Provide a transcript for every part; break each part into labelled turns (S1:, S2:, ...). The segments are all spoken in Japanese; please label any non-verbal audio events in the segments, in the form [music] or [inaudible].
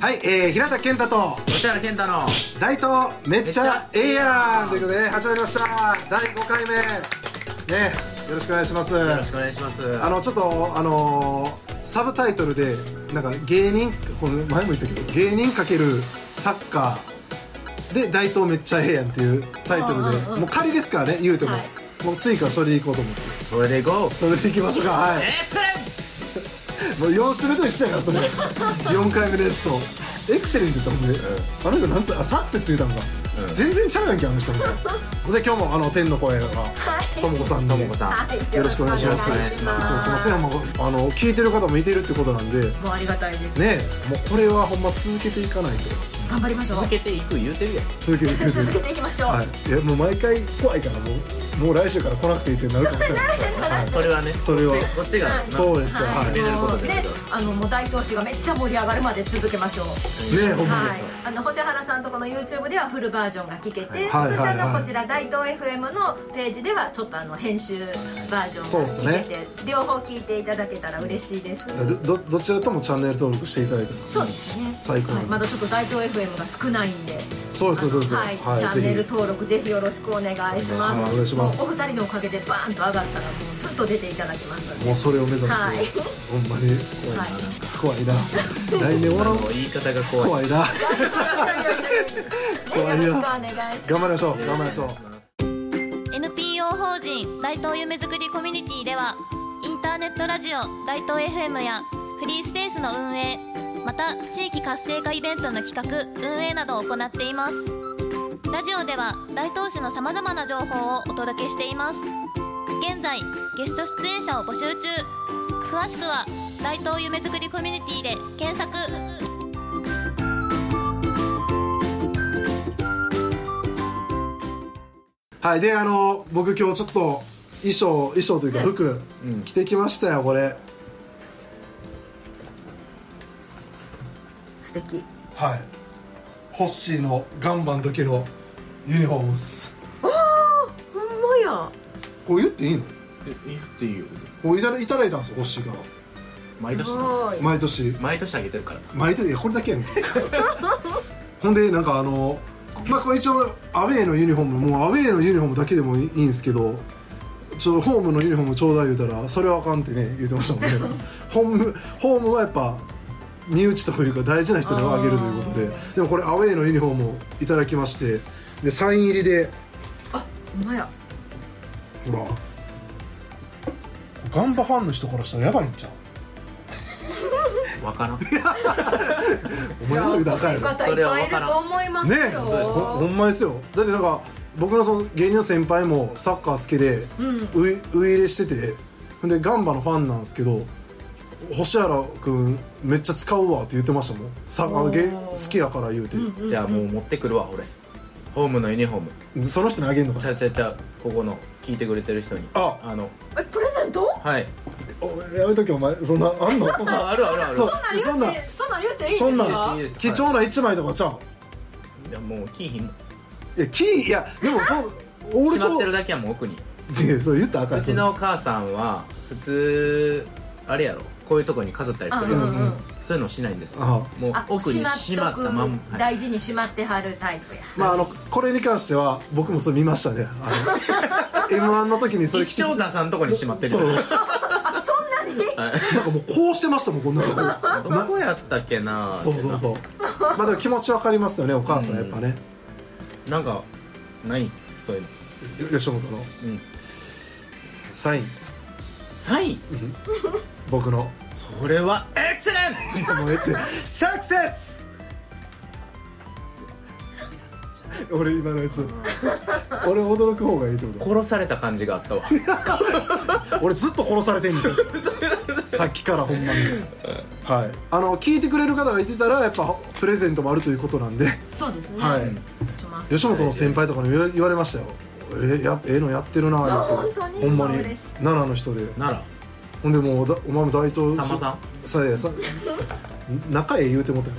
S1: はい、えー、平田健太と
S2: 吉原健太の
S1: 大東めっちゃええやんということで、ね、始まりました第5回目ねよろしくお願いします
S2: よろしくお願いします
S1: あのちょっとあのーサブタイトルでなんか芸人この前も言ったけど芸人かけるサッカーで大東めっちゃええやんっていうタイトルで
S3: うんうんうん
S1: もう仮ですからね言うても、
S3: はい
S1: もう追加それでいこうと思って
S2: それでいこう
S1: それでいきましょうかはい
S2: えー、それ
S1: もう4種目と一緒やからそれ4
S3: [laughs]
S1: 回目ですとエクセレントって言ったもんね、あの人なんつうあサクセスって言ったんか、
S2: うん
S1: 全然ちゃうやんけあの人もで今日もあの天の声が
S3: はい
S1: ともこさんと
S2: 智子さん
S3: はい
S1: よろしくお願いします
S2: よろしくお願いします
S1: そうすいませんもうあの聞いてる方もいてるってことなんで
S3: もうありがたいです。
S1: ねもうこれはほんま続けていかないと
S3: 頑張りましょう。
S2: 続けていく言うてるやん
S1: 続けていく
S3: [laughs] 続けていきましょう。
S1: はい、いやもう毎回怖いからもうもう来週から来なくていいってなるかもし
S3: [laughs]
S1: れない
S2: あそれはね
S1: それは
S2: こっちこっちが
S3: はい
S1: そうですか
S3: は
S1: はい
S3: い、
S2: 決めれることじゃない
S3: で、あのもう大投資がめっちゃ盛り上がるまで続けましょう。
S1: ねほんまに、
S3: はい、あの星原さんとこの YouTube ではフルバージョンが聞けて、
S1: はい
S3: そしてあ
S1: はいは
S3: の
S1: い
S3: こちら大東 FM のページではちょっとあの編集バージョ
S1: そう
S3: ン
S1: で
S3: が
S1: すね
S3: 聞けて、両方聞いていただけたら嬉しいです。
S1: どどちらともチャンネル登録していただいてます
S3: そうですね。
S1: 最高
S3: はいまだちょっと大東 FM が少ないんで。
S1: そうですそうですそう
S3: は
S1: で
S3: い、
S1: す
S3: チャンネ
S1: ぜ
S3: ル
S1: ひ
S3: 登録ぜひよろしくお願いします
S1: お願いします
S3: もうお二人のおかげでバーンと上がったらもうずっと出ていただきます
S1: もうそれを目指して、
S3: はい
S1: ほんまに
S3: はい
S1: 怖いな来年
S2: あ
S1: 笑
S2: の
S1: う
S2: 言い方が怖い
S1: 怖いな
S3: ぜひよろしくお願いします
S1: 頑張りましょう頑張りましょう
S4: NPO 法人大東夢作りコミュニティではインターネットラジオ大東 FM やフリースペースの運営また地域活性化イベントの企画運営などを行っていますラジオでは大東市のさまざまな情報をお届けしています現在ゲスト出演者を募集中詳しくは大東夢作りコミュニティで検索
S1: はいであの僕今日ちょっと衣装衣装というか服
S2: うん
S1: 着てきましたよこれ
S3: 素敵
S1: はいホッシーのガンバの時のユニフォームです
S3: ほんまや
S1: こう言っていいの
S2: え言っていいよ
S1: こういただいただいたんですよホッシーから
S2: 毎年
S3: すごい
S1: 毎年
S2: 毎年あげてるからな
S1: 巻いてるいやこれだけやん [laughs] ほんでなんかあのまあこれ一応アウェーのユニフォームもうアウェーのユニフォームだけでもいいんですけどちょホームのユニフォームちょうだい言うたらそれはあかんってね言ってましたもんねホームホームはやっぱ身内というか大事な人にはあげるということで
S3: あ
S1: でもこれアウェーのユニフォームをいただきましてでサイン入りで
S3: あほんまや
S1: ほらガンバファンの人からしたらやばいんちゃう
S2: わからん
S1: お前の言うたらあかんやろ
S3: 欲しい方いっぱいいると思いますよ、
S1: ねえほほんまですよだってなんか僕のその芸人の先輩もサッカー好きで
S3: うん
S1: ウイウイ入れしててほんでガンバのファンなんですけど星原君めっちゃ使うわって言ってましたもんさあの
S3: おー
S1: 芸好きやから言うて、
S3: うんうん
S2: じゃあもう持ってくるわ俺ホームのユニフォーム
S1: その人にあげんのか
S2: ちゃうちゃうちゃうここの聞いてくれてる人に
S1: あ
S2: あの
S3: えプレゼント
S2: はい
S1: おやめとけお前そんなあんのそんな
S2: ああるあるある
S1: そう
S3: そんなん言ってそんなん言っていいんですか
S1: そんなん
S2: いいです
S1: 貴重な1枚とかちゃう
S2: いやもうキーひん
S1: いやキーいやでもそう俺ち
S2: 閉ま
S1: ょ
S2: ってるだけはもう奥に
S1: いやそう言ったらあかん
S2: うちのお母さんは普通あれやろこういうとこに飾ったりするやろ
S3: うんうんうん
S2: そういうのしないんですよ
S1: あ
S2: もう
S3: あ
S2: 奥にしまっ
S3: とく
S2: たまんま、はい
S3: 大事にしまってはるタイプや
S1: まああのこれに関しては僕もそれ見ましたね
S2: [laughs]
S1: m 1の時にそれ着
S2: 一
S1: て
S2: 生出さんとこにしまってる
S1: そうなん
S3: あそんなに
S1: かもうこうしてましたもんこんなの
S2: どこやったっけな
S1: そうそうそうまあでも気持ちわかりますよねお母さんやっぱね
S2: うなんかないそういうの
S1: よ吉本の
S2: うん
S1: サイン
S2: サイン
S1: 僕の
S2: それはエクセレン
S1: いやもうええって [laughs] サクセス俺今のやつ俺驚く方がいいってこ
S2: ト殺された感じが
S1: [laughs]
S2: あったわ
S1: と俺ずっと殺されてんじゃん [laughs] さっきからほんまにはいあの聞いてくれる方がいてたらやっぱプレゼントもあるということなんで
S3: そうですね、
S1: はい
S3: します
S1: 吉本の先輩とかにも言わ言われましたよえーやええのやってるな
S3: あ
S1: 言って
S3: 本当に
S1: ほんまに
S3: 嬉しい
S1: 奈良の人で
S2: な
S1: ほんでもうだお前も大
S2: ら
S1: 東
S2: さんまさん
S1: さやさ仲ええ言うてもうたよ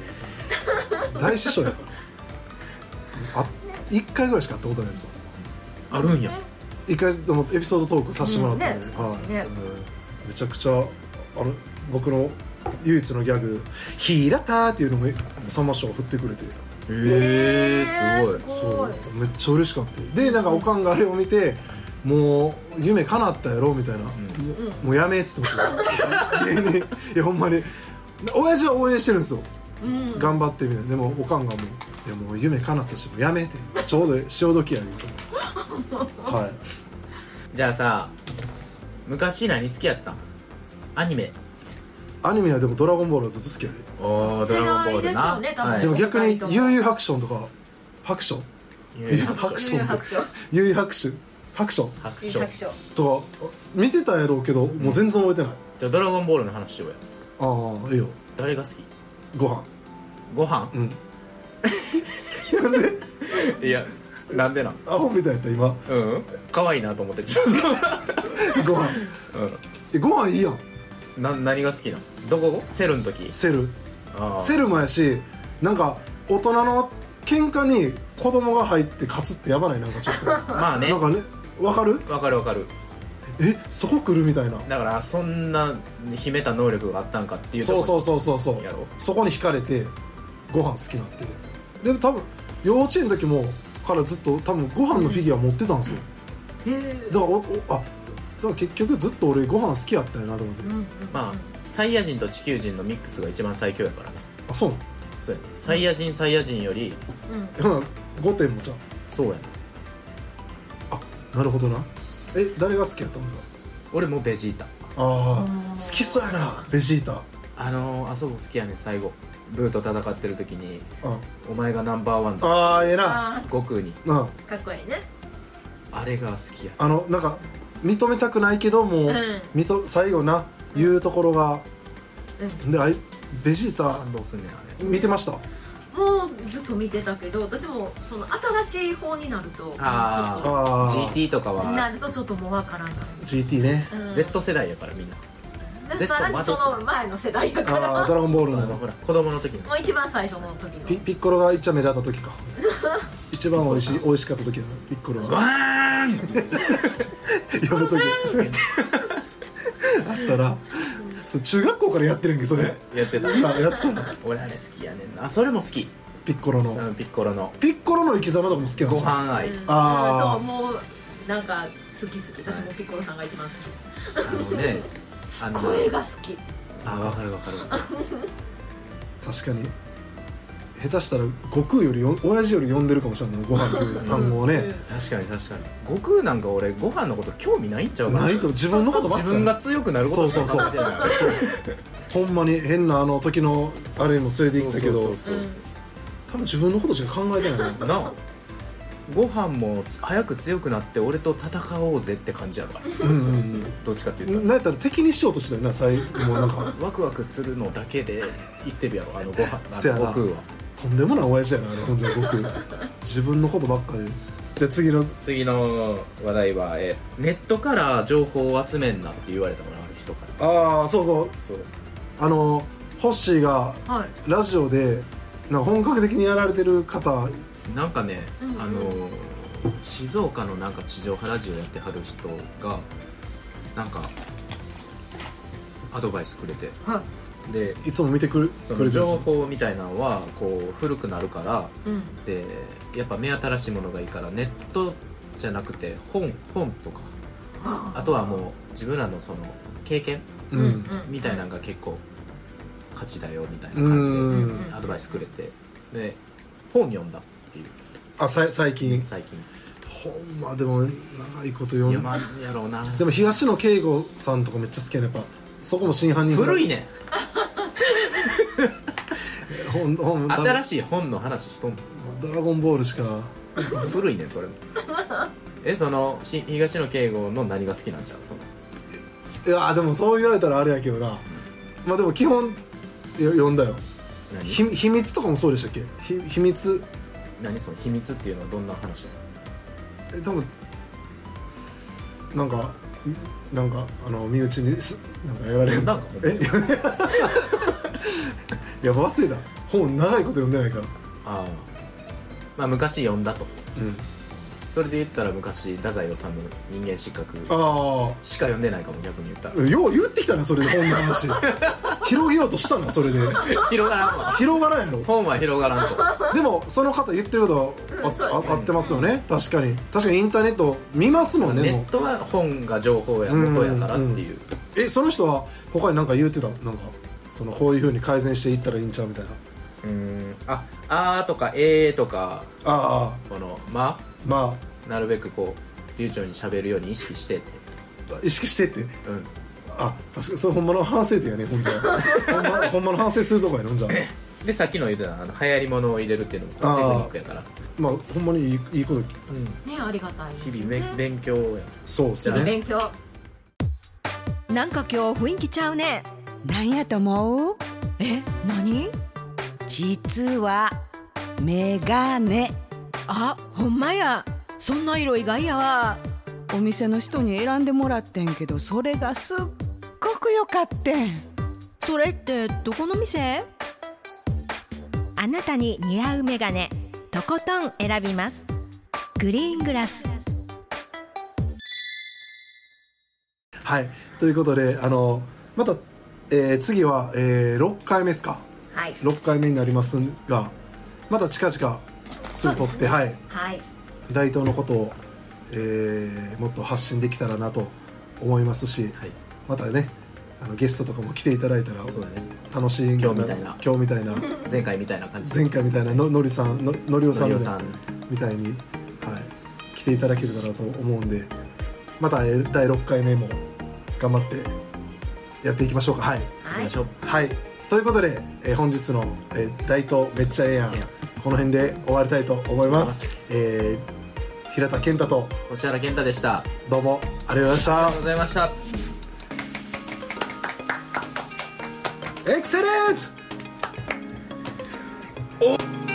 S1: 大師匠やからあ一回ぐらいしか会ったことないですよ
S2: あるんや
S1: 一回でもエピソードトークさせてもらったん
S3: ね
S1: です、
S3: そう
S1: は
S3: ですね
S1: い、めちゃくちゃあの僕の唯一のギャグ「ひらた」っていうのもさんま師匠が振ってくれて
S2: えー、すごい
S3: す
S1: そ
S3: ごいう
S1: めっちゃ嬉しかったでなんかおかんがあれを見てもう夢叶ったやろみたいな、もうやめっつって僕芸人いやほんまに親父は応援してるんですよ
S3: うん
S1: 頑張ってみたいなでもおかんがもう「いやもう夢叶ったしもうやめ」ってちょうど潮時や言うとはい
S2: じゃあさ昔何好きやったんアニメ
S1: アニメはでも「ドラゴンボール」はずっと好きやで、
S2: おー
S3: 世
S2: ド
S3: 代
S2: ラゴンボールな、
S3: ですよね多分
S1: で
S2: は
S1: も逆に「
S3: はい
S1: 悠々白書」とか「白書」
S2: い、
S1: 白書
S3: 悠々白書
S1: 「悠々白書」白書
S2: 白
S3: 悠
S2: 書
S3: 々白書
S1: とか見てたやろうけどもう全然覚えてない、
S2: じゃあドラゴンボールの話しようや
S1: ああいいよ
S2: 誰が好き
S1: ご飯
S2: ご飯
S1: うん
S2: [laughs] いやなんでなん
S1: アホみたいやった今
S2: うん可愛いなと思ってちょっ
S1: ご飯
S2: と、 [laughs] う
S1: えご飯いいやん
S2: ん、な何が好きなのどこセルの時
S1: セル
S2: あー
S1: セルもやしなんか大人の喧嘩に子供が入って勝つってやばないなんかちょっとな
S2: ま [laughs] あね
S1: んかねわかる
S2: わかるわかる
S1: えそこ来るみたいな
S2: だからそんな秘めた能力があったんかっていうとこ
S1: そうそううそうそうそう
S2: やろ
S1: そこに惹かれてご飯好きになってでも多分幼稚園の時もからずっと多分ご飯のフィギュア持ってたんですよ
S3: へー
S1: だからおおあだから結局ずっと俺ご飯好きやったよなと思って、
S3: うんうん
S2: まあサイヤ人と地球人のミックスが一番最強やからな
S1: あそうな
S2: そうやねサイヤ人サイヤ人より
S3: うん
S1: の5点もじゃ
S2: そうやね
S1: あなるほどなえ誰が好きやったの
S2: 俺もベジータ
S1: ああ
S3: うん
S1: 好きそうやなベジータ
S2: あのー、あそこ好きやねん最後ブーと戦ってる時に
S1: あ
S2: お前がナンバーワンだ
S1: あーええな
S3: あ
S2: 悟空に
S1: うん
S3: ーかっこいいね
S2: あれが好きや
S1: あのなんか認めたくないけどもう、
S3: うん
S1: みと最後な言うところが、であいベジータ
S2: 感動すんねんあれ
S1: 見てました
S3: もうずっと見てたけど私もその新しい方になると
S2: あー
S3: ちょっ
S1: あー
S2: GT とか
S3: とな
S2: は
S3: るとちょっともうわからない
S1: GT ね
S3: うん
S2: Z 世代やからみんな
S3: でさらにそ
S2: Z ま
S3: の前の世代やから
S1: ああドラゴンボール
S2: あ
S1: の
S2: のほら子供の時の
S3: もう一番最初の時の
S1: ピピッコロが一番目立った時
S3: [laughs]
S1: か一番美味しい美味しかった時やなピッコロが
S2: バーン
S1: やる時 [laughs] あったらそう中学校からやってるんけそれ
S2: やってた
S1: あやってたの
S2: 俺あれ好きやねんなあそれも好き
S1: ピッコロの
S2: うんピッコロの
S1: ピッコロの生き様とかも好きなの
S2: ご飯愛
S3: うん
S1: あー
S3: うんそうもうなんか好き好き私もピッコロさんが一番好
S2: あ
S3: き
S2: のねあの
S3: 声が好き
S2: あわかるわかる
S1: 確かに下手したら悟空よりよ親父より呼んでるかもしれないご飯という単語をね
S2: [laughs] 確かに確かに悟空なんか俺ご飯のこと興味ないんちゃうか
S1: ないと自分のことばっ
S2: 自
S1: か
S2: 分が強くなることしか
S1: そうそうそう
S2: 考えてない
S1: ほんまに変なあの時のあれにも連れて行ったけ
S2: そ
S1: ど
S2: うそううそうん
S1: 多分自分のことしか考えてない
S2: [laughs]
S1: な
S2: なあご飯も早く強くなって俺と戦おうぜって感じやろか
S1: うん
S2: ら
S1: うん
S2: どっちかって
S1: う
S2: 言っ
S1: ん
S2: た
S1: なんやったら敵にしようとしたよな最後もうなんから
S2: ワクワクするのだけで言ってるやろあのご飯あ
S1: [laughs]
S2: の
S1: せやな
S2: 悟空は
S1: とんでもない親父やなあれ本当に僕自分のことばっかでじゃあ次の
S2: 次の話題はえネットから情報を集めんなって言われたからある人から
S1: ああそうそう
S2: そう
S1: あのホッシーが
S3: はい
S1: ラジオでなんか本格的にやられてる方
S2: なんかね、
S3: うんうん
S2: あの静岡のなんか地上波ラジオやってはる人がなんかアドバイスくれて
S3: はい
S2: で
S1: いつも見てくる
S2: そ
S1: く
S2: の
S1: れてる
S2: 情報みたいなのはこう古くなるから
S3: うん
S2: でやっぱ目新しいものがいいからネットじゃなくて本本とかあとはもう自分らのその経験
S1: うんうん
S2: みたいなのが結構価値だよみたいな
S1: う
S2: 感
S1: ん
S2: じでアドバイスくれてで本読んだっていう
S1: あさい最近
S2: 最近
S1: ほんまでも長いこと読
S2: い
S1: ん
S2: や
S1: で
S2: まあやろうな
S1: でも東野圭吾さんとかめっちゃ好きやねやっぱそこも真犯人
S2: 古いね
S1: 本本
S2: 新しい本の話しとん
S1: ドラゴンボールしか
S2: の古いねそれもえそのし東野圭吾の何が好きなんじゃんその
S1: いやでもそう言われたらあれやけどなまあでも基本よ読んだよ
S2: 何
S1: ひ秘密とかもそうでしたっけひ秘密
S2: 何その秘密っていうのはどんな話
S1: え多分なんかなんかあの身内にすなんかやられ
S2: な
S1: る
S2: んか
S1: えいや忘れた本長いこと読んでないから
S2: ああまあ昔読んだと
S1: うん
S2: それで言ったら昔太宰治の人間失格
S1: ああ
S2: しか読んでないかも逆に言ったら
S1: よう言ってきたなそれで本の話広げようとしたんだそれで
S2: 広がらんわ
S1: 広がらんやろ
S2: 本は広がらんと
S1: でもその方言ってることはああ合ってますよね確かに確かにインターネット見ますもんね
S2: ネ
S1: もう
S2: ットは本が情報や元やからっていう
S1: えその人は他に何か言うてたなんかそのこういうふうに改善していったらいいんちゃうみたいな
S2: うんああーとかえーとか
S1: ああ
S2: このま
S1: ま
S2: なるべくこう流暢に喋るように意識してって
S1: あ意識してって
S2: うん
S1: あ確かにそれほんまの反省点やねほんじゃほん,、ま、ほんまの反省するとこやねほんじゃ
S2: でさっきの言ってたあの流行り物を入れるっていうのもテク
S1: あー
S2: ニックやから、
S1: まあほんまにいいいいこと
S3: ねありがたいです
S2: 日
S3: よね
S2: 々め勉強や
S1: そうっす
S2: じゃあ
S1: ね
S3: 勉強
S5: なんか今日雰囲気ちゃうねなんやと思うえ何実はメガネあほんまやそんな色意外やわお店の人に選んでもらってんけどそれがすっごく良かってんそれってどこの店
S6: あなたに似合うメガネとことん選びますグリーングラス
S1: はいということであのまた、えー次は、え6回目ですか
S3: はい
S1: 6回目になりますがまた近々すぐ撮って、はい
S3: はい
S1: 大東のことを、えーもっと発信できたらなと思いますし
S2: はい
S1: またねあのゲストとかも来ていただいたら
S2: そうだね
S1: 楽しいんか
S2: 今日みたいな
S1: 今日みたいな [laughs]
S2: 前回みたいな感じで
S1: 前回みたいなののりさんののりおさ
S2: の
S1: んみ
S2: り
S1: たい
S2: おさ
S1: なんみたいに、はい、来ていただけるかなと思うんでまたえー第6回目も頑張ってやっていきましょうかはい、
S2: 行き
S3: はい
S2: ましょう
S1: はい、ということで、えー本日の、えー大東めっちゃええやん
S2: ええやん
S1: この辺で終わりたいと思います、えー平田健太と
S2: 星原健太でしたあり
S1: どうもありがとうございま
S2: がとう
S1: し
S2: ございました
S1: たエクセレント